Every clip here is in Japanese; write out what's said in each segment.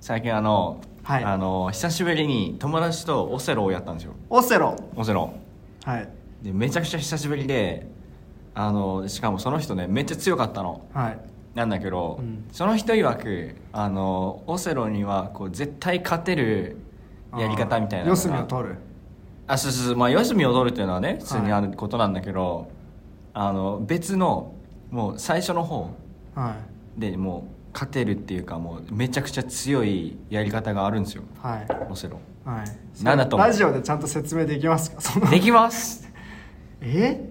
最近あの、はいあの久しぶりに友達とオセロをやったんですよオセロオセロはいでめちゃくちゃ久しぶりであのしかもその人ねめっちゃ強かったのはいなんだけど、うんその人曰くあのオセロにはこう絶対勝てるやり方みたいなのが四隅を取るあそうそうそうまあ四隅を取るっていうのはね普通にはあいることなんだけど、あの別のもう最初の方はでもう勝てるっていうかもうめちゃくちゃ強いやり方があるんですよいはいオセロはいなんだと思うラジオでちゃんと説 明できますかそ のできますえ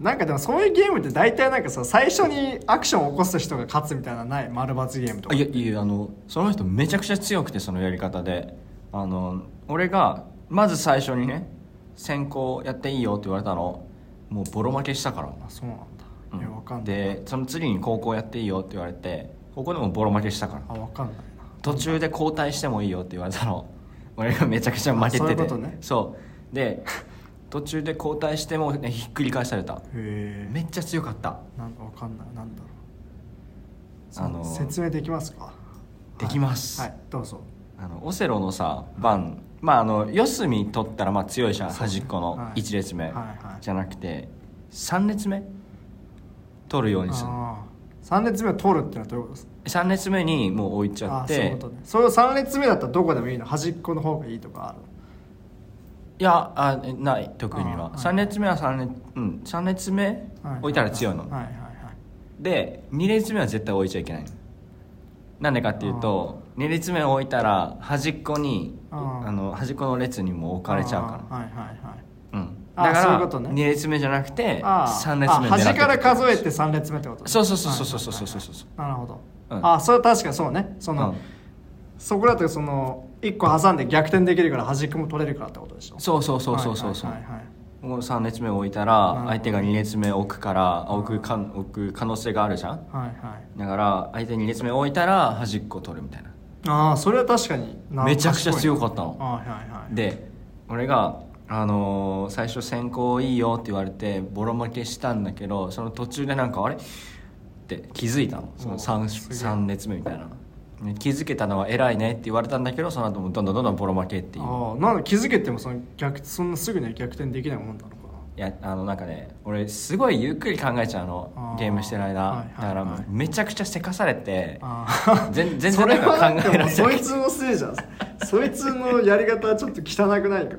なんかでもそういうゲームって大体なんかさ最初にアクションを起こす人が勝つみたいなのない丸×ゲームとあかいやいやあのその人めちゃくちゃ強くてそのやり方であの俺がまず最初にね先行やっていいよって言われたのもうボロ負けしたからあそうなんだ、うんいやわかんないでその次に高校やっていいよって言われて高校でもボロ負けしたからあわかんない途中で交代してもいいよって言われたの俺がめちゃくちゃ負けててあそういうことねそうで途中で交代してもねひっくり返されたなへめっちゃ強かったえなんわかんないなんだろうあのそ説明できますかできますはい、はいどうぞあのオセロのさ番まああの四隅取ったらまあ強いじゃん、そうね端っこのはい1列目、はいはいじゃなくて3列目取るようにするあー3列目を取るってのはどういうことですか3列目にもう置いちゃあっーそういうてことねそれを3列目だったらどこでもいいの端っこの方がいいとかあるいやあない特にはあー3列目は3列,、うん、三列目は置いたら強いの、はいはいはいで2列目は絶対置いちゃいけないのなんでかっていうと2列目を置いたら端っこにああーの端っこの列にも置かれちゃうからあーはいはいはいうん、あーだかそういうらことね2列目じゃなくてあー3列目あ狙って端から数えてて3列目ってことねそうそうそうそうそうそうそうそうそうはいはいはいなるほど、うんあそれは確かにそうねその、うんそこだとその1個挟んで逆転できるから端っこも取れるからってことでしょそうそうそうそうそうそうはいはいはいはいもう3列目を置いたなるらほど相手が2列目置くから置くか置く可能性があるじゃんはいはいだから相手2列目置いたら端っこ取るみたいなああそれは確かになめちゃくちゃ強かっったのはいはいはいで俺が、あのー最初先行いいよって言われてボロ負けしたんだけどその途中でなんかあれって気づいたのその 3, おすげえ3列目みたいな、ね気づけたのは偉いねって言われたんだけどその後もどんどんどんどんボロ負けっていうああなんだ気づけてもその逆そんなすぐには逆転できないもんなのかいやあのなんかね俺すごいゆっくり考えちゃうあのーゲームしてる間、はいはいはいだからもうめちゃくちゃせかされてなあ全あ全然なんか考えられそれはでもそないいつのせいじゃんそいつのやり方はちょっと汚くないかい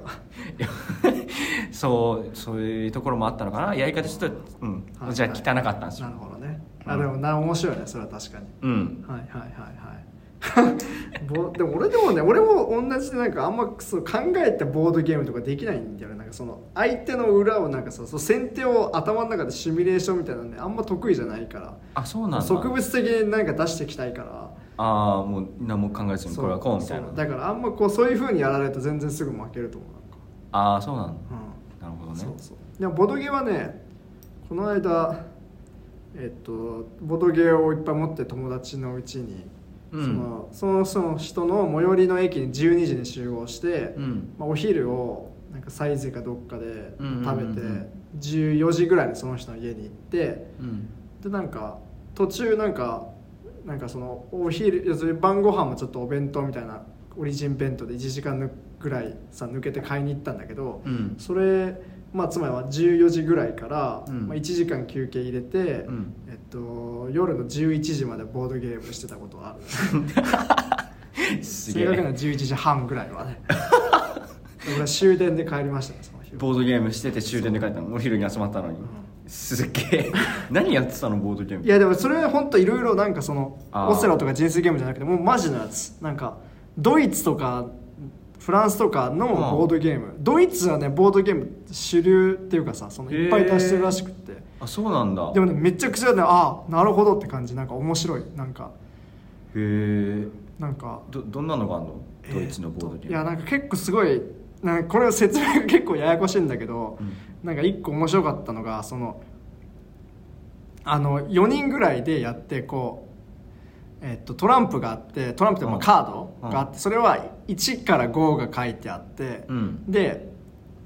や そうそういうところもあったのかなやり方ちょっと、うんはいじゃあ汚かったんですよ、なるほどねあでもな面白いねそれは確かにうんはいはいはいはい ぼでも俺でもね俺も同じでなんかあんまそう考えてボードゲームとかできないんだよねなんかその相手の裏をなんかさそう先手を頭の中でシミュレーションみたいなのねあんま得意じゃないからあそうなんだ植物的になんか出していきたいからああもう何も考えずにそこれはこうみたいなそうだからあんまこうそういうふうにやられると全然すぐ負けると思うああそうなんだなんなるほか、うどん、ねそうそうでもボドゲはねこの間えっとボドゲをいっぱい持って友達のうちに、うんそのそのその人の最寄りの駅に12時に集合して、うんまあ、お昼をなんかサイゼかどっかでうんうんうんうん食べて、14時ぐらいにその人の家に行ってうん でなんか途中なんかなんかそのお昼要するに晩ご飯もちょっとお弁当みたいなオリジン弁当で1時間ぐらいさ抜けて買いに行ったんだけど、うんそれ、まあ、つまりは14時ぐらいから、うんまあ、1時間休憩入れて、んえっと、夜の11時までボードゲームしてたことはあるすげ正確なえ11時半ぐらい はね俺は終電で帰りましたねその日はボードゲームしてて終電で帰ったのお昼に集まったのに、んすげえ 何やってたのボードゲームいやでもそれ本当いろいろなんかそのあーオセロとか人生ゲームじゃなくてもうマジのやつなんかドイツとかフランスとかのボードゲーム、ドイツはねボードゲーム主流っていうかさそのへーいっぱい出してるらしくってあそうなんだでもねめちゃくちゃねああなるほどって感じなんか面白いなんかへえなんかどどんなのがあんのドイツのボードゲーム、いやなんか結構すごいなんかこれ説明が結構ややこしいんだけど、うんなんか一個面白かったのがそのあの4人ぐらいでやってこう、えっと、トランプがあってトランプってまうあんカードがあっうてそれは1から5が書いてあって、うんで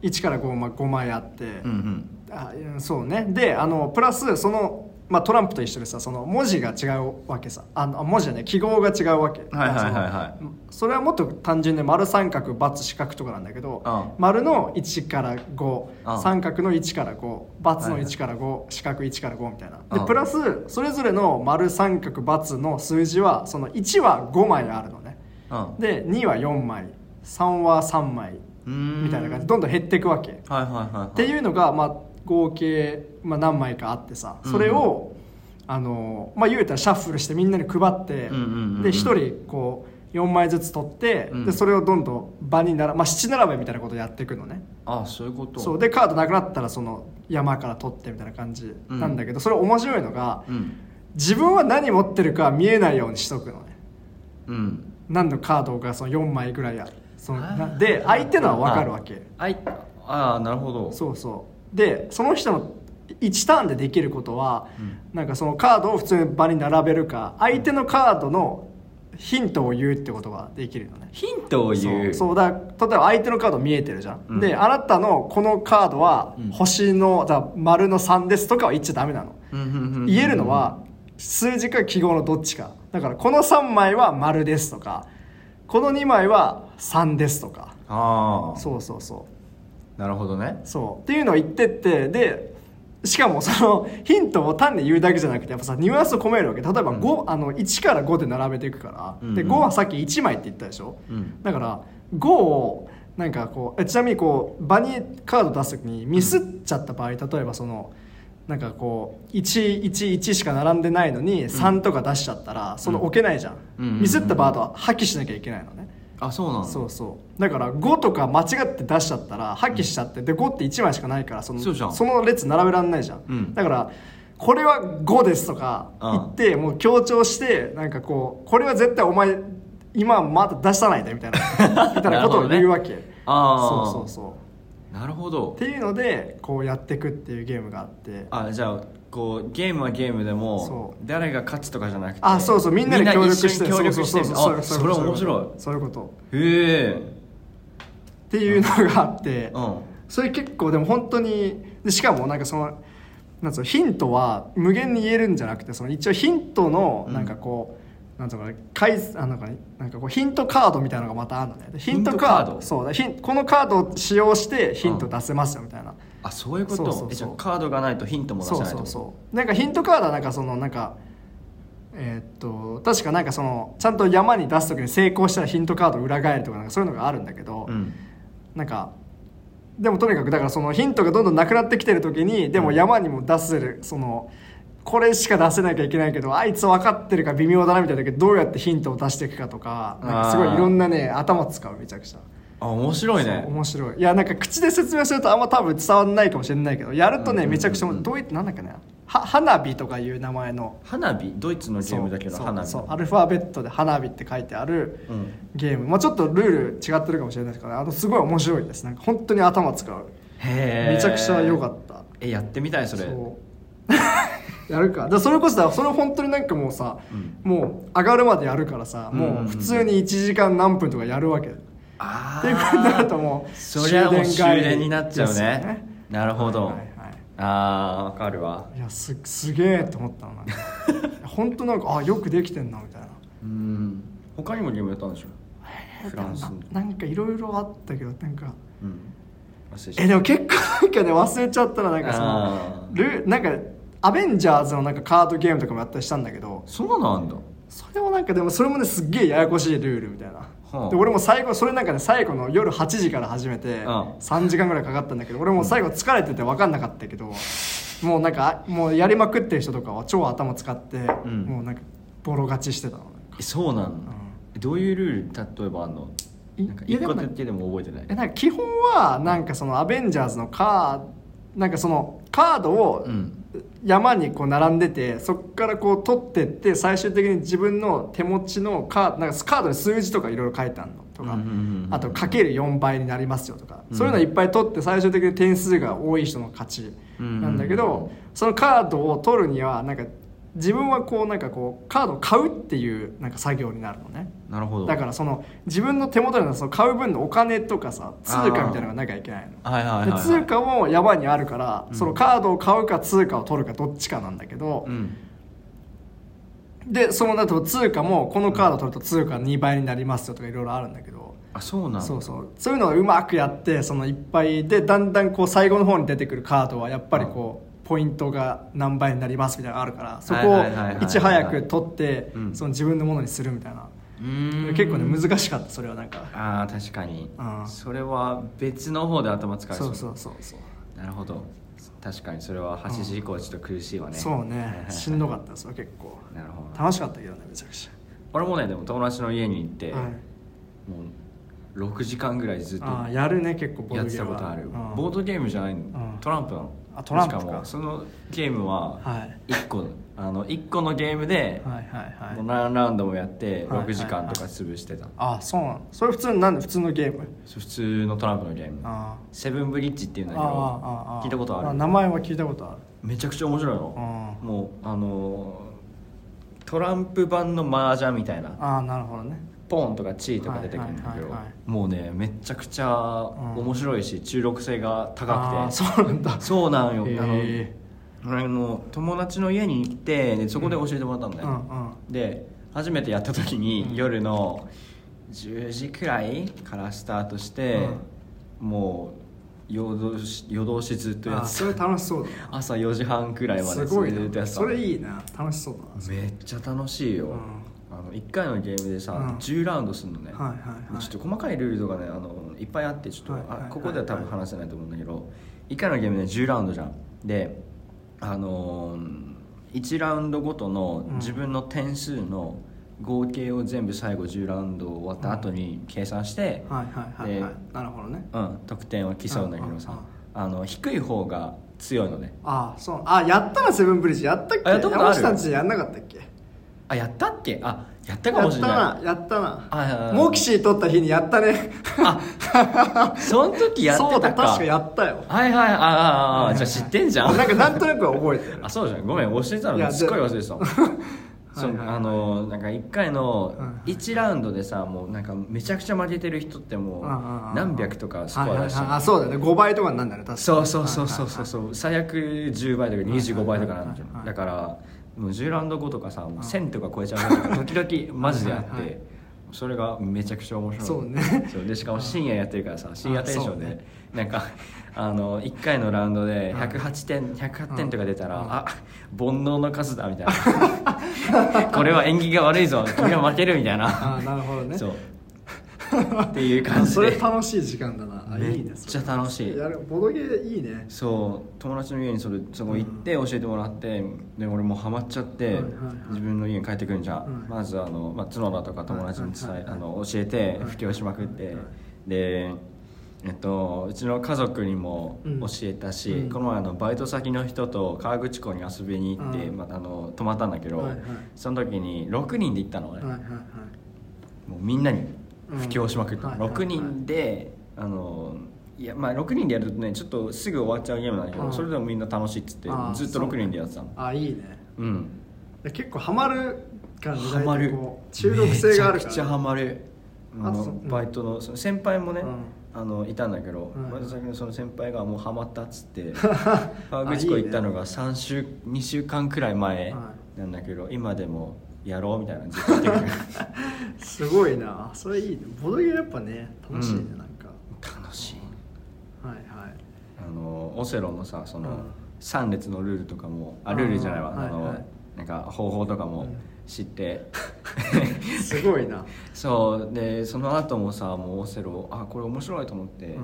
1から 5, まあ5枚あって、うんうんあうんそうねであのプラスそのまあ、トランプと一緒でさその文字が違うわけさあのあ文字じゃない記号が違うわけはいはいはいはいそのそれはもっと単純で丸三角×四角とかなんだけど、うん丸の1から5、うん三角の1から5×はのいはい1から5、四角1から5みたいなうでんプラスそれぞれの丸三角×の数字はその1は5枚あるのねうんで2は4枚3は3枚うーんみたいな感じでどんどん減っていくわけ、はいはいはいはいっていうのが、まあ、合計、まあ、何枚かあってさそれを、あのまあ、言うたらシャッフルしてみんなに配って、うんうんうんうんで1人こう4枚ずつ取って、うんでそれをどんどん場になら、まあ、七並べみたいなことやっていくのねあそういうことそうでカードなくなったらその山から取ってみたいな感じなんだけど、それ面白いのがうん自分は何持ってるか見えないようにしとくのねうん何のカードがその4枚ぐらいあるそのあーなで相手のは分かるわけ、あいあーなるほどそうそうでその人の1ターンでできることは、うんなんかそのカードを普通に場に並べるか相手のカードのヒントを言うってことができるのねヒントを言うそうそうだから例えば相手のカード見えてるじゃん、うんであなたのこのカードはうん星のだから丸の3ですとかは言っちゃダメなの、うんうんうんうん言えるのは数字か記号のどっちかだからこの3枚は丸ですとかこの2枚は3ですとかああそうそうそうなるほどねそうっていうのを言ってってでしかもそのヒントを単に言うだけじゃなくてやっぱさニュアンスを込めるわけ例えばうん5、あの1から5で並べていくから、うんうんで5はさっき1枚って言ったでしょ、うんだから5をなんかこうえちなみにこう場にカード出す時にミスっちゃった場合例えばそのなんかこう111しか並んでないのに3とか出しちゃったら、その置けないじゃん、うんうんうんミスった場合は破棄しなきゃいけないのね、あそうなのそうそうだから5とか間違って出しちゃったら破棄しちゃって、で5って1枚しかないからそのそうじゃんの列並べらんないじゃん、うんだからこれは5ですとか言って、もう強調してなんかこうこれは絶対お前今まだ出さないでみたい なみたいなことを言うわけ、ああそうそうそうなるほっどていうのでこうやってくっていうゲームがあってあじゃあこうゲームはゲームでもそ誰が勝つとかじゃなくてあそうそうみんなで協力してみんな一緒に協力してそうそうあそうそれ面白そういうこといへえっていうのがあって、うんそれ結構でも本当にでしかもなんかそのなんつうのヒントは無限に言えるんじゃなくてその一応ヒントのうんなんかこう、なんつうのかな解あなんかねなんかこうヒントカードみたいなのがまたあるのねでヒントカードヒントカードそうだヒンこのカードを使用してヒント出せますよみたいな、あそういうことそうそうそうえじゃあカードがないとヒントも出せそなういってそこうとそうなんかヒントカードはなんかそのなんかえーっと確かなんかそのちゃんと山に出す時に成功したらヒントカードを裏返るとかなんかそういうのがあるんだけど、うんなんかでもとにかくだからそのヒントがどんどんなくなってきてる時にでも山にも出せるそのこれしか出せなきゃいけないけどあいつ分かってるか微妙だなみたいな時どうやってヒントを出していくかとかなんかすごいいろんなね頭使うめちゃくちゃ。あ面白いねそう面白いいやなんか口で説明するとあんま多分伝わんないかもしれないけどやるとうんうんうんねうんめちゃくちゃもうどういってなんだっけねは花火とかいう名前の花火ドイツのゲームだけどそう花火そうそうアルファベットで花火って書いてあるうんゲーム、まあ、ちょっとルール違ってるかもしれないですけどあのすごい面白いですなんか本当に頭使うへえめちゃくちゃ良かったえやってみたいそれそう やるかだからそれこそだそれ本当になんかもうさ、うんもう上がるまでやるからさ、うんうんうんもう普通に1時間何分とかやるわけってあいうことになるともうそりゃもう終帰り電になっちゃうですねよなるほど、はいはいはあーわかるわい、いやすすげえと思ったの なんか本当なんかあよくできてんなみたいなうん他にもゲームやったんでしょフランスのななんかいろいろあったけどなんかうん忘れちゃえったでも結構なんかね忘れちゃったらなんかそあのルーなんかアベンジャーズのなんかカードゲームとかもやったりしたんだけどそうなんだそれもなんかでもそれもねすっげえややこしいルールみたいな、はあで俺も最後それなんかね最後の夜8時から始めてああ3時間ぐらいかかったんだけど俺もう最後疲れてて分かんなかったけどもうなんかもうやりまくってる人とかは超頭使って、うんもうなんかボロ勝ちしてたのえそうなの、どういうルール例えばあんのいなんかいや一で個もだけでも覚えてなえいなんか基本はなんかそのアベンジャーズのカーなんかそのカードをうん山にこう並んでてそこからこう取ってって最終的に自分の手持ちのカードなんかカードに数字とかいろいろ書いてあるのとか、うんうんうんうんあとかける4倍になりますよとか、うんそういうのいっぱい取って最終的に点数が多い人の勝ちなんだけど、うんうんうんそのカードを取るにはなんか自分はこうなんかこうカードを買うっていうなんか作業になるのねなるほどだからその自分の手元にあるその買う分のお金とかさ通貨みたいなのがなきゃいけないのはいはいはい、ではい、通貨も山にあるから、うんそのカードを買うか通貨を取るかどっちかなんだけどう、んでそうなると通貨もこのカード取ると通貨2倍になりますよとかいろいろあるんだけど、あそうなんだそうそうそういうのをうまくやってそのいっぱいでだんだんこう最後の方に出てくるカードはやっぱりこう、ポイントが何倍になりますみたいなのがあるからそこはいはいはいはいはをいいち早く取ってうんその自分のものにするみたいな、うーん結構ね難しかったそれはなんかあー確かにうんそれは別の方で頭使いそうそううそうそう、なるほど確かにそれは8時以降はちょっと苦しいわね、そはういはいねはいしんどかったですよ結構 なるほど楽しかったけどねめちゃくち俺もねでも友達の家に行って、ゃ、はい、もう6時間ぐらいずっとあーやるね結構ボーやっドてゲーたこムはとあるうんボードゲームじゃないの、んトランプなのあトランプかしもそのゲームははい1個あの1個のゲームではいはいはい何ラウンドもやってはい6時間とか潰してた、ああそうなのそれ普通のなんで普通のゲーム普通のトランプのゲームああセブンブリッジっていうんだけど聞いたことある名前は聞いたことあるめちゃくちゃ面白いうんのもうあのートランプ版の麻雀みたいなああなるほどねポーンとかチーとか出てくるんだけどはいはいはいはいもうねめちゃくちゃ面白いし中毒性があ高あくてそうなんだそうなんよへえあのあの友達の家に行ってでそこで教えてもらったんだうよ、んうんで初めてやった時に、うん夜の10時くらいからスタートして、もう夜通し夜通しずっとやあってたそれ楽しそうだ朝4時半くらいなますでごいずっとやなってたそれいいな楽しそうめっちゃ楽しいよ、うんあの1回のゲームでさ、うん10ラウンドするのね、だなはいはいはいちょっと細かいルールとかねあのいっぱいあってちょっと、はいはいはいあここでは多分話せないと思うんだけど1回のゲームで10ラウンドじゃんであのー、1ラウンドごとのうん自分の点数の合計を全部最後10ラウンド終わった後に計算して、はいはいはいはいなるほどねうん、得点を競うんだけどさ、うんうんうんあの低い方が強いのねああそうあやったなセブンブリッジやったっけあやったことある山下たちやんなかったっけあやったっけあやったかやもっしたれないなやったなあいやいやいやモキシー取った日にやったねその時やってそうだたか確かやったよはいはいあああああじゃあ知ってんじゃんなんかなんとなくは覚 えてるあそうじゃんごめん教えてたいやのですっごい 忘れてたもんそはいはいはういあのなんか1回はのいはい1ラウンドでさもうなんかめちゃくちゃ負けてる人ってもううんうんうん何百とかスコはいアはい出しはいあてそうだよね5倍とかになんだよね確かにそうそうそうそうそうそう最悪10倍とか25倍とかなんじゃはいはいはいはんいだからもう10ラウンド後とかさもう1000とか超えちゃうことが時々マジであはいっはいはいてそれがめちゃくちゃ面白いそうねそうでしかも深夜やってるからさ深夜テンションで、あそうなんかあの1回のラウンドで108点108点とか出たら、あ煩悩の数だみたいなこれは縁起が悪いぞ君は負けるみたいなああなるほどねそうっていう感じそれで楽しい時間だなあめいいっねちゃ楽しいやるボドゲーいいねそう友達の家にそれそこ行って教えてもらって、で俺もうハマっちゃって、はいはい自分の家に帰ってくるんじゃん、はいまずあの、まあ、角田とか友達に伝え、はいはいはいあの教えてはい布教しまくって、はいはいでえっと、うちの家族にもうん教えたし、うんこの前あのバイト先の人と川口湖に遊びに行って、うんまあ、あの泊まったんだけど、はいはいその時に6人で行ったのね、はいはいはいもうみんなに布教しまくっうんはた、いはいはい六6人であのいやまあ6人でやるとねちょっとすぐ終わっちゃうゲームなんだけど、うんそれでもみんな楽しいっつってあーずっと6人でやってたのあいいねうん結構ハマる感じハマる中毒性があるめちゃかくちゃらハマるああのそううんバイトのその先輩もね、うんあのいたんだけど、うんバイト先のその先輩がもうハマったっつって 川口湖行ったのが3週2週間くらい前はなんだけど今でもやろうみたいなずっと言ってくる すごいなそれいいねボドゲーやっぱね楽しいねうんなんか楽しいはいはいあのオセロのさその、うん3列のルールとかもああールールじゃないわ、はいあのはいなんか方法とかうもん知って、 すごいなそうでその後もさもうオセロあこれ面白いと思って、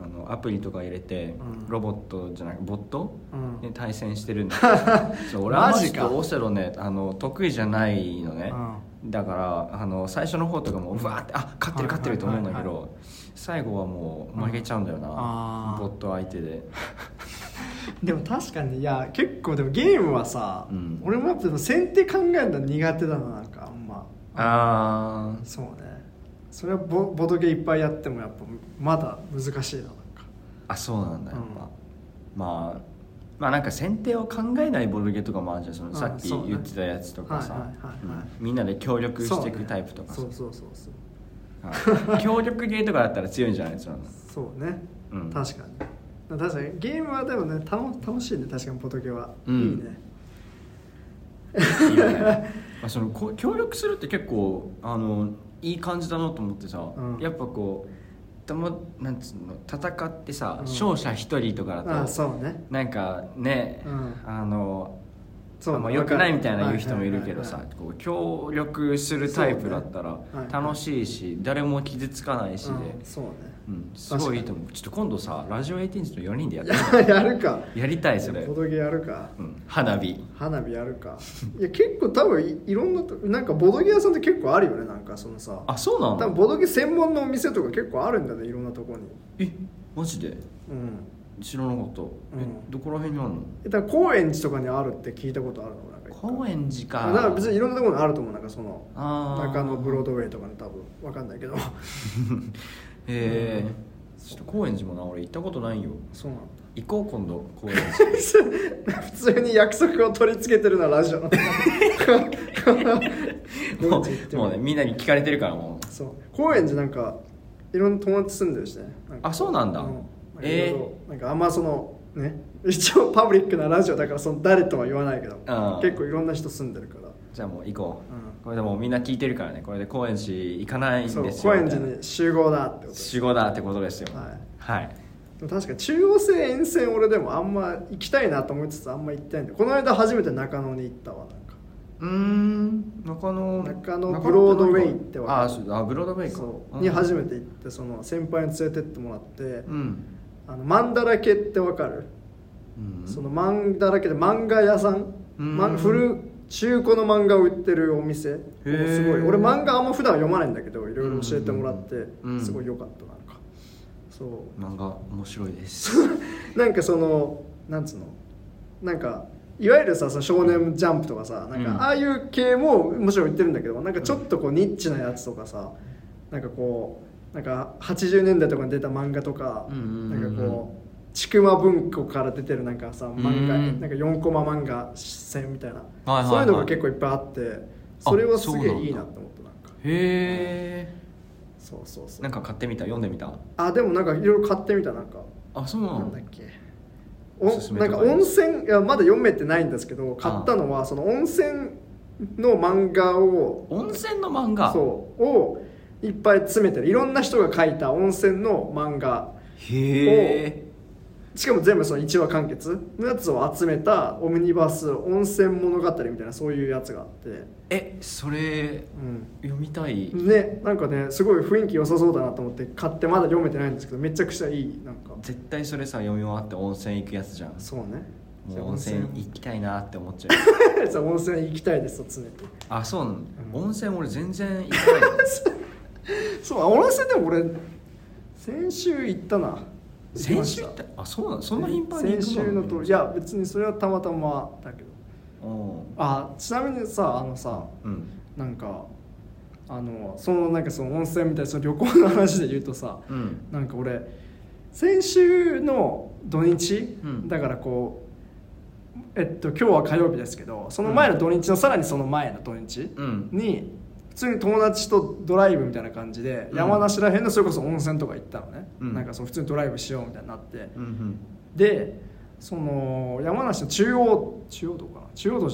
うんあのアプリとか入れて、うんロボットじゃなくボット、うんで対戦してるんだけど そう俺はママジジかかオセロねあの得意じゃないのね、だからあの最初の方とかもうわーってあ勝ってる勝ってると思うんだけど、はいは最後はもう負けちゃうんだようんなあ、ーボット相手ででも確かにいや結構でもゲームはさうん俺もやっぱでも先手考えるの苦手だななんかあんまあーそうねそれはボボドゲいっぱいやってもやっぱまだ難しいななんかあそうなんだやっぱ、うんまあまあなんか選定を考えないボルゲとかもあるじゃんそのさっきうんそうね言ってたやつとかさはいはいはいはいうんみんなで協力していそうくねタイプとかさそうそうそうそうはい協力ゲーとかだったら強いんじゃないです かそうね、うん確かに確かにゲームはでもねたの楽しいね確かにポトゲは、うんいいねいいよねまあそのこ協力するって結構あのいい感じだなと思ってさ、うんやっぱこうたもなんつうの戦ってさ、うん勝者一人とかあだあとそうねなんかね、うんあのそうあんま良くないみたいな言う人もいるけどはさいはいはいこう協力するタイプだったらそうねはい楽しいし誰も傷つかないしで、うんそうね うん、すごいいいと思うちょっと今度さラジオ18時と4人でやっ ていややるかやりたいそれ、ボドゲやるかうん、花火花火やるかいや結構多分いいろんなとなんかボドゲ屋さんって結構あるよねなんかそのさあそうな多分のボドゲ専門のお店とか結構あるんだねいろんなとこにえマジでうん知らなかった、えうんどこら辺にあるのえだから高円寺とかにあるって聞いたことあるのなんか一回高円寺かだから別にいろんなところにあると思うなんかそのあー中野ブロードウェイとかに多分わかんないけど へえちょっと高円寺もな俺行ったことないよそうなん行こう今度高円寺だ 普通に約束を取り付けてるな ラジオの もう高円寺行ってみもようねみんなに聞かれてるからもうそう高円寺なんかいろんな友達住んでるしねなんかあそうなんだええなんかあんまそのね一応パブリックなラジオだからその誰とは言わないけどん結構いろんな人住んでるからじゃあもう行こう、うんこれでもうみんな聞いてるからねこれで高円寺行かないんですそようみたい高な円寺に集合だってこと集合だってことですよはいはいでも確かに中央線沿線俺でもあんま行きたいなと思いつつあんま行ってないんでこの間初めて中野に行ったわなんかうーん中野中野ブロードウェイってわかるあそうあブロードウェイかそう、んに初めて行ってその先輩に連れてってもらって、うん、あのマンダラケってわかるうん、その漫画だらけで漫画屋さん、うんま、古中古の漫画を売ってるお店ーすごい俺漫画あんま普段読まないんだけどいろいろ教えてもらって、うんすごい良かったなんかそ漫画面白いです うなんかそのなんつうのなんかいわゆるさその少年ジャンプとかさなんうんかああいう系ももちろん売ってるんだけどなんかちょっとこうニッチなやつとかさなんかこうなんか80年代とかに出た漫画とか、うんうんうんうなんんかこうちくま文庫から出てるなんかさ漫画、うんなんか4コマ漫画戦みたいな、いはいはいそういうのが結構いっぱいあってそれはすげあそうなんえだいいなって思ったなんかへえそうそうそうなんか買ってみた読んでみたあでもなんかいろいろ買ってみたなんか、あそうななんんだだっけおおすすめなとんかかあり温ま泉いやまだ読めてないんですけど買ったのはその温泉の漫画を温泉の漫画そうをいっぱい詰めてるいろんな人が書いた温泉の漫画へえしかも全部その1話完結のやつを集めたオムニバース温泉物語みたいなそういうやつがあって、えそれう読みたい、ん、ねなんかねすごい雰囲気良さそうだなと思って買ってまだ読めてないんですけどめちゃくちゃいいなんか絶対それさ読み終わって温泉行くやつじゃんそうねもう温泉行きたいなって思っちゃう そう温泉行きたいですと常にあそうなんだ、うん温泉俺全然行か ないそう温泉でも俺先週行ったな先週行っ行きましたあそうなんそんな頻繁に行く先週のといやや別にそれはたまたまだけどうんあちなみにさあのさうんなんかあのそのなんかその温泉みたいなその旅行の話で言うとさうんなんか俺先週の土日、うんだからこうえっと今日は火曜日ですけどその前の土日のさらにその前の土日うんに普通に友達とドライブみたいな感じでうん山梨らへんのそれこそ温泉とか行ったのね、うんなんかそう普通にドライブしようみたいになってうんうんでその山梨の中央中央道かな中央道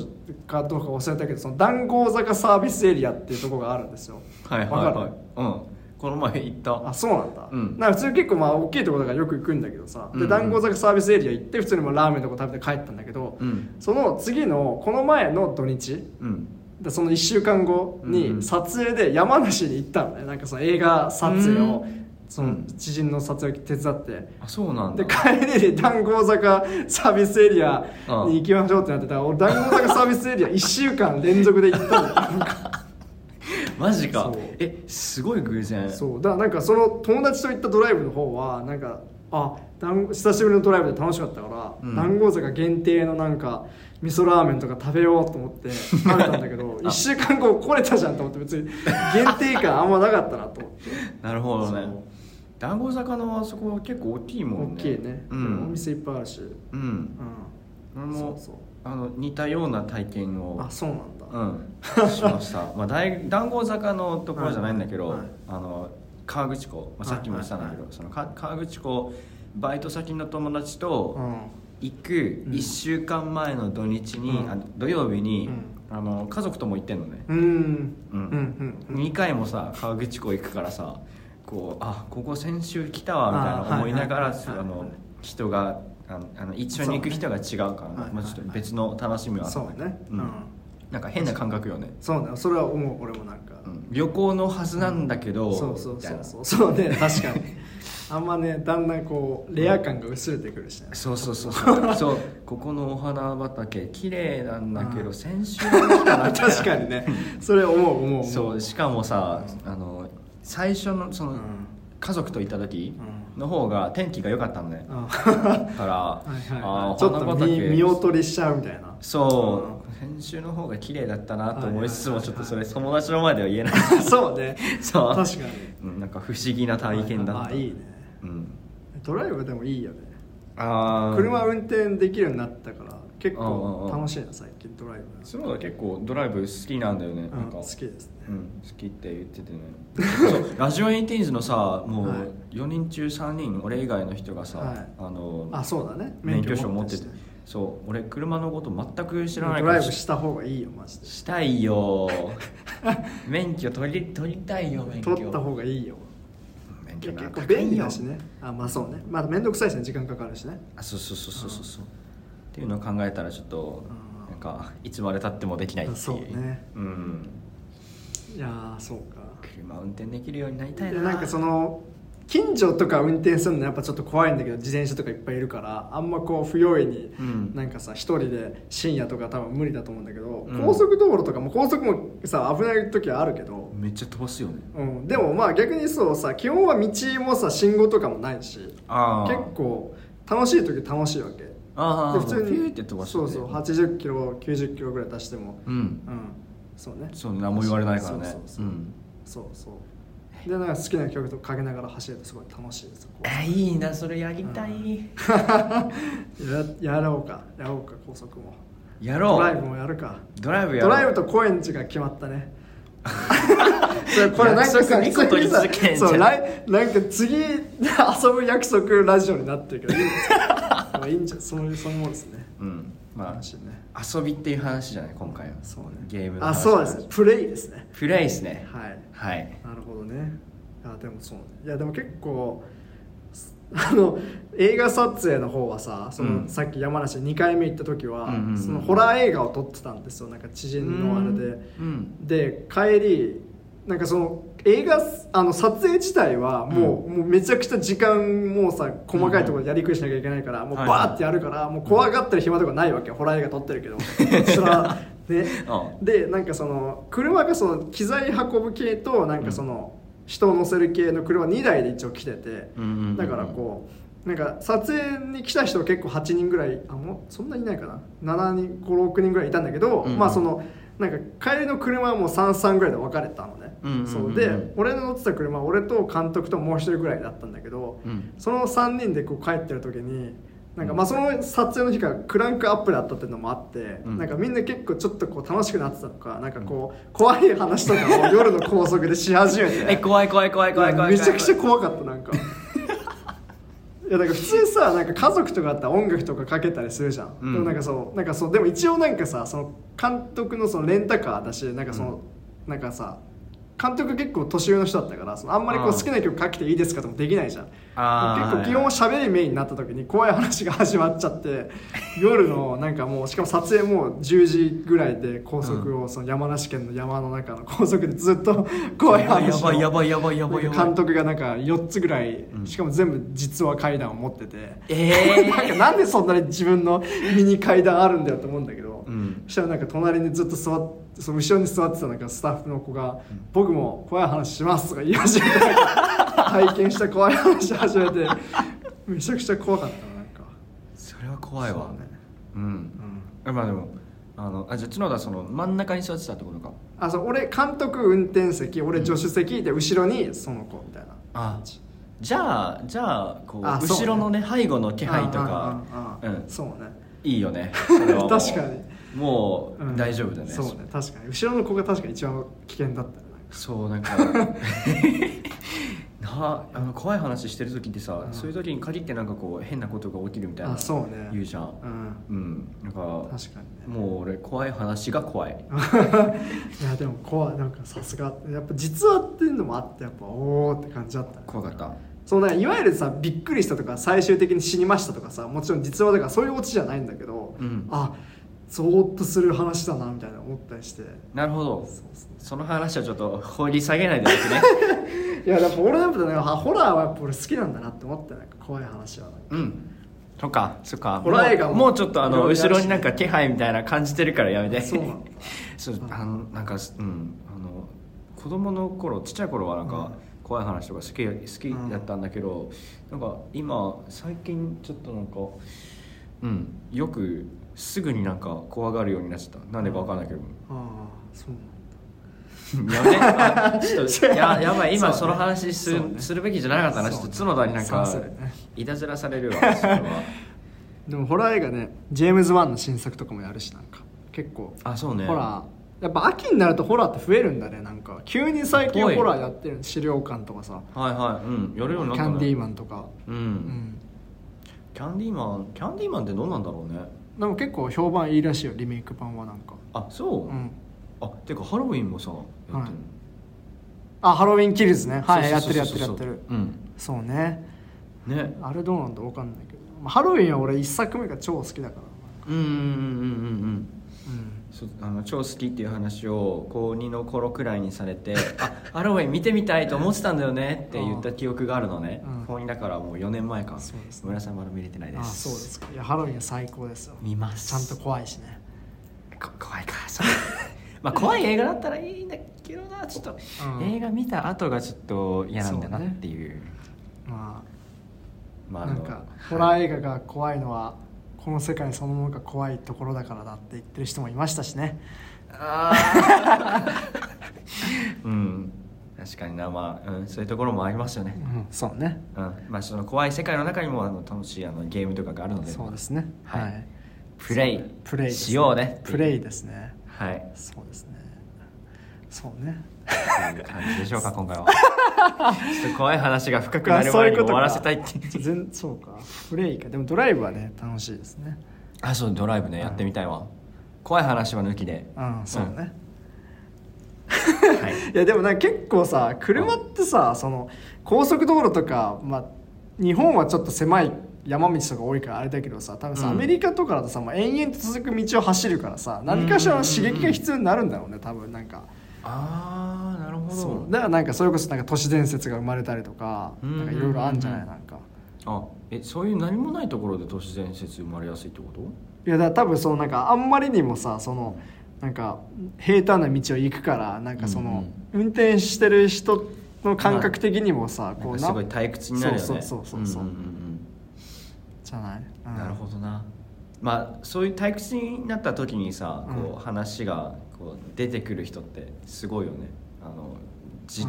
かどうか忘れたけどその談合坂サービスエリアっていうところがあるんですよはいはいわかはいるうんこの前行ったあそうなんだ、うんなんか普通に結構まあ大きいところだからよく行くんだけどさ、うんうでん談合坂サービスエリア行って普通にもうラーメンとか食べて帰ったんだけど、うんその次のこの前の土日うんでその1週間後うんうにん撮影で山梨に行ったのねなんかその映画撮影うをんその知人の撮影を手伝ってあそうなんだで帰りに談合坂サービスエリアに行きましょうってなってたから俺談合坂サービスエリア1週間連続で行った のよなんかマジかそうえすごい偶然そうだからなんかその友達と行ったドライブの方はなんかあ団子久しぶりのドライブで楽しかったから、うん談合坂限定のなんか味噌ラーメンとか食べようと思って食べたんだ けど1週間後来れたじゃんと思って別に限定感あんまなかったなと思ってなるほどねそう団子坂のあそこ結構大きいもん大ねきいね、うおん店いっぱいあるし、ううん、ん俺もそうそうあの似たような体験をあそうなんだ、うん、しま した、まあ、大談合坂のところじゃないんだけど、はいはいあの川口湖、まあ、さっきも言ってたんだけど、はいはいはいそのか川口湖バイト先の友達とうん行くうん1週間前の土日に、うんあの土曜日に、うあの家族とも行ってんのね、うんううんんうん2回もさ川口湖行くからさこうあここ先週来たわみたいな思いながらああーはいはいはいはいの人があのあの一緒に行く人が違うからねそうねまあ、ちょっと別の楽しみはあったそうねうん、なんか変な感覚よねそうだよそれは思う俺もなんか、うん旅行のはずなんだけど、そうそうみたいそうなそうそうね 確かにあんまねだんだんこうレア感が薄れてくるしねそうそうそうそう そうここのお花畑綺麗なんだけど先週来たなみたいな確かにねそれ思う思う思うそうしかもさあの最初のその、うん家族と行った時の方が天気が良かったのね、あだから、はいはいはいあーちおょ花っと見畑見劣りしちゃうみたいなそう、先週の方が綺麗だったなと思いつつも、はいちょはいはいはいっとそれ友達の前では言えない そうねそう確かに うんなんか不思議な体験だった、ああいいねうん、ドライブでもいいよねあー車運転できるようになったから結うんうん構うん楽しいな最近ドライブその方結構ドライブ好きなんだよね、うなんんか好きですねうん、好きって言ってて ねそうラジオエイティーンズのさもはう4人中3人俺以外の人がさ、はいあのあそうだね免許証持っててるしねそう俺車のこと全く知らないドからライブした方がいいよマジでしたいよ 免許取り取りたいよ免許取った方がいいよ免許結な構便利だし高いよねあまあそうねまあ面倒くさいしね時間かかるしねあそうそうそうそうそうそうっていうのを考えたらちょっとうんなんかいつまでたってもできないっていうそうねうんいやーそうか車運転できるようになりたいでななんかその近所とか運転するのやっぱちょっと怖いんだけど自転車とかいっぱいいるからあんまこう不用意にうんなんかさ一人で深夜とか多分無理だと思うんだけど、うん高速道路とかも高速もさ危ない時はあるけど、めっちゃ飛ばすよねうん、でもまあ逆にそうさ基本は道もさ信号とかもないしあ結構楽しい時楽しいわけでああ普通にピューって飛ばしてそうそう80キロ90キロぐらい出してもうんうんそうねそう何も言われないからねそうそうそううんそうそうでなんか好きな曲とかかけながら走るとすごい楽しいで すこうあいいなそれやりたいややろうかやろうか高速もやドろライブうもやるかドライブやろドうライブと高円寺が決まったね それこれなんか約さ束二個取り続けんじゃんそう来なんか次遊ぶ約束ラジオになってるけどいいんですか まあいいんじゃんそういうそのもんですねうんま話ねあ遊びっていう話じゃない今回はそうねゲームの話あそうですプレイですねプレイですねはいはいなるほどねあでもそうねいやでも結構すあの映画撮影の方はさその、うんさっき山梨2回目行った時は、うんうんうんそのホラー映画を撮ってたんですよなんか知人のあれで、うんで帰りなんかその映画あの撮影自体はもう,、もうめちゃくちゃ時間もうさ細かいところでやりくりしなきゃいけないから、もうはいバーってやるから、もう怖がってる暇とかないわけよホラー映画撮ってるけどそらねうでなんかその車がその機材運ぶ系となんかその、人を乗せる系の車2台で一応来てて、うんうんうんうんだからこうなんか撮影に来た人は結構8人ぐらいあもうそんなにいないかな7人56人ぐらいいたんだけど、うんうんまあそのなんか帰りの車はもう33ぐらいで分かれたのね、うんうんうんうんそうで俺の乗ってた車は俺と監督ともう1人ぐらいだったんだけど、うんその3人でこう帰ってる時になんかまあその撮影の日がクランクアップだったっていうのもあって、うんなんかみんな結構ちょっとこう楽しくなってたのかなんかこう怖い話とかを夜の高速でし始めてえ怖い怖い怖い怖い怖い怖いめちゃくちゃ怖かったなん かいやなんか普通さなんか家族とかあったら音楽とかかけたりするじゃん、うんでもなんかそうなんかそうでも一応なんかさその監督のそのレンタカーだしなんかその、なんかさ監督結構年上の人だったからそのあんまりこあうー好きな曲かけていいですかともできないじゃんあー結構基本喋りメインになった時に怖い話が始まっちゃって夜のなんかもうしかも撮影もう10時ぐらいで高速をその山梨県の山の中の高速でずっと怖い話やばをいやばいやばいやばいやばい監督がなんか4つぐらい、んしかも全部実話階段を持ってて、ええなんかなんでそんなに自分の ミニ階段あるんだよと思うんだけど、うんそしたらなんか隣にずっと座ってその後ろに座ってたなんかスタッフの子が「僕も怖い話します」とか言い始めて なんか体験した怖い話始めてめちゃくちゃ怖かったななんかそれは怖いわそうねうんうんえまあでもあのあじゃあ角田はその真ん中に座ってたってことかあそう俺監督運転席俺助手席で後ろにその子みたいなあじゃあじゃあこうあそうね後ろのね背後の気配とあかああああうんそうねいいよねそれはもう 確かにもう大丈夫だね、そうね確かに後ろの子が確かに一番危険だったよなんかそうなんか なあの怖い話してる時ってさ、うんそういう時に限ってなんかこう変なことが起きるみたいなあそうね言うじゃんうんうんなんか確かにね もう俺怖い話が怖いいやでも怖いなんかさすがやっぱ実はっていうのもあってやっぱおーって感じだったね怖かったそうねいわゆるさびっくりしたとか最終的に死にましたとかさもちろん実話だからそういうオチじゃないんだけど、うんあゾーッとする話だなみたいな思ったりしてなるほどそうそその話はちょっと掘り下げないでほしいね ういややっぱ俺やっぱねあホラーはやっぱ俺好きなんだなって思ってなんか怖い話はなんかうんとかそっかホラー映画ももうもうちょっとあのいろいろやる後しろになんか気配みたいな感じてるからやめてそうなんだ そうあのなんかうんあの子供の頃ちっちゃい頃はなんか、怖い話とか好き好きだったんだけど、なんか今最近ちょっとなんかうんよくすぐになんか怖がるようになっちゃったなんでかわかんないけど、ああそうなんだやめあちょっと違 うややばい今そそうねの話する,、そうねするべきじゃなかったなちょっと角田になんかそうねそうねいたずらされるわそれはでもホラー映画ねジェームズ・ワンの新作とかもやるしなんか結構 あそうねホラーやっぱ秋になるとホラーって増えるんだねなんか急に最近多いホラーやってる資料館とかさはいはいうんやるようになっキたャねンディーマンとかうん、うんキャンディーマンキャンディーマンってどうなんだろうねでも結構評判いいらしいよリメイク版はなんかあそう、うんあてかハロウィンもさやってるの、はいあハロウィンキルズねはいやっそてうるそやうっそてうるやそうってうるんそうねねあれどうなんだわかんないけど、まあ、ハロウィンは俺1作目が超好きだからうんうんうんうんうんうんそうあの超好きっていう話を高2の頃くらいにされ て「あハロウィン見てみたいと思ってたんだよね」って言った記憶があるのねうん高2だからもう4年前かそうです村さんまだ見れてないですあそうですかいやハロウィンは最高ですよ見ますちゃんと怖いしねこ怖い かそうまあ怖い映画だったらいいんだけどなちょっと、うん映画見た後がちょっと嫌なんだなっていうまあまああなのんかホラはいー映画が怖いのはこの世界そのものが怖いところだからだって言ってる人もいましたしねうん確かになまあ、うん、そういうところもありますよね、うんそうねうんまあ、その怖い世界の中にもあの楽しいあのゲームとかがあるのでそうですねははいい、プレイプレイですしようねプレイすですねはいそうですねそうねっていう感じでしょう か今回はちょっと怖い話が深くなる前に終わらせたいっていう全そうかプレイかでもドライブはね楽しいですねあそうドライブねやってみたいわ怖い話は抜きでうんそうね、はい いやでもなんか結構さ車ってさその高速道路とか、まあ、日本はちょっと狭い山道とか多いからあれだけどさ多分さ、うんアメリカとかだとさもう延々と続く道を走るからさ何かしらの刺激が必要になるんだろうね多分なんかああなるほそどうだからなんかそれこそなんか都市伝説が生まれたりとかうんなんかいろいろあんじゃなういんなんかあえそういう何もないところで都市伝説生まれやすいってこといやだから多分そのなんかあんまりにもさそのなんか平坦な道を行くからなんかその、運転してる人の感覚的にもさ、なんこうかなすごい退屈になるよねそうそうそうそううんうんじゃない、うんなるほどどなまあそういう退屈になった時にさこうんう話がこう出てくる人ってすごいよねあのじうん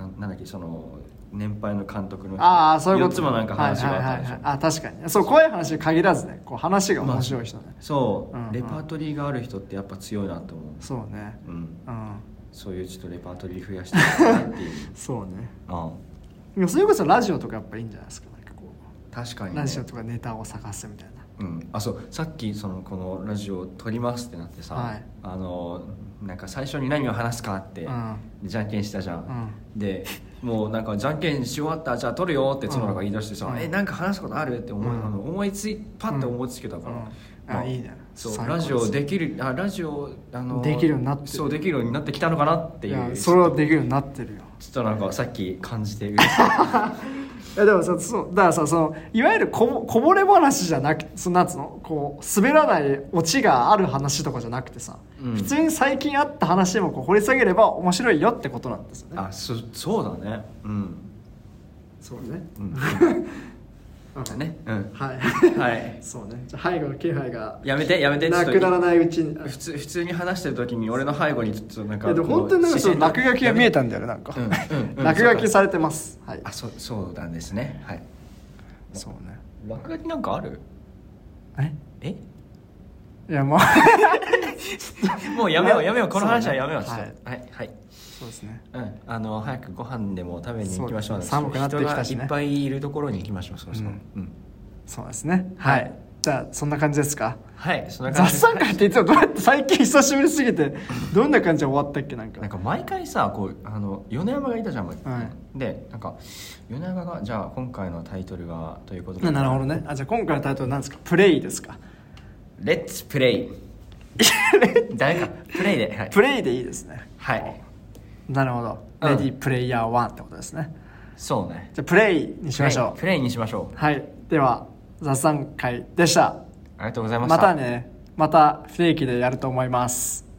あなんだっけその年配の監督の人ああそういうこといつもなんか話があはっいたはでしいょはいはいあ確かにそう怖い話に限らずねこう話が面白い人ね、そう、うんうんレパートリーがある人ってやっぱ強いなと思うそうねうんうんそういうちょっとレパートリー増やしていきたいな っていうそうねあでもそれこそラジオとかやっぱいいんじゃないですかなんかこう確かに、ねラジオとかネタを探すみたいなうん、あそうさっきそのこのラジオ撮りますってなってさ、はいあのなんか最初に何を話すかって、うんじゃんけんしたじゃん、でもうなんかじゃんけんし終わったじゃあ撮るよって角田が言い出してさ、うんえなんか話すことあるって思い,、うんあの思いついパッて思いつけたから、うんうんまあいいねそう最高ラですジオできるあラジオあのできるようになってるそうできるようになってきたのかなっていいやうそれはできるようになってるよちょっとなんかさっき感じて嬉しいいやでもさそうだからさそのいわゆるこぼこぼれ話じゃなくそのなんつうのこう滑らないオチがある話とかじゃなくてさ、うん普通に最近あった話でもこう掘り下げれば面白いよってことなんですよねあそそうだねうんそうねうんうんだねうん はいはいそうねじゃあ背後の気配がやめてやめてちょっなとくならないうちに普通普通に話してる時に俺の背後にちょっとなんいかやでも本当になんかその落書きが見えたたんだよねなんか、うんうんうん 落書きされてますはいあそうそうなんですねはいそうね落書きなんかあるええいやもう もうやめようやめようこの話はやめようちょっとはいはいはいそうですねうん、あの早くご飯でも食べに行きましょうねそう寒くなってきたし人ねがいっぱいいるところに行きましょうそうそう、うんうんそうですねはい、はいじゃあそんな感じですかはいそんな感じ雑談会っていつもどうやって最近久しぶりすぎてどんな感じで終わったっけなんかなんか毎回さこうあの米山がいたじゃん、前はでなんか米山がじゃあ今回のタイトルはということであなるほどねあじゃあ今回のタイトルなんですか「プレイ」ですかレッツプレ イ誰かプレイではいプレイでいいですねはいなるほどうんレディープレイヤー1ってことですねそうねじゃあプレイにしましプょレイプレイにしましょううはいでは雑談会でしたありがとうございましまたたねまた不定期でやると思います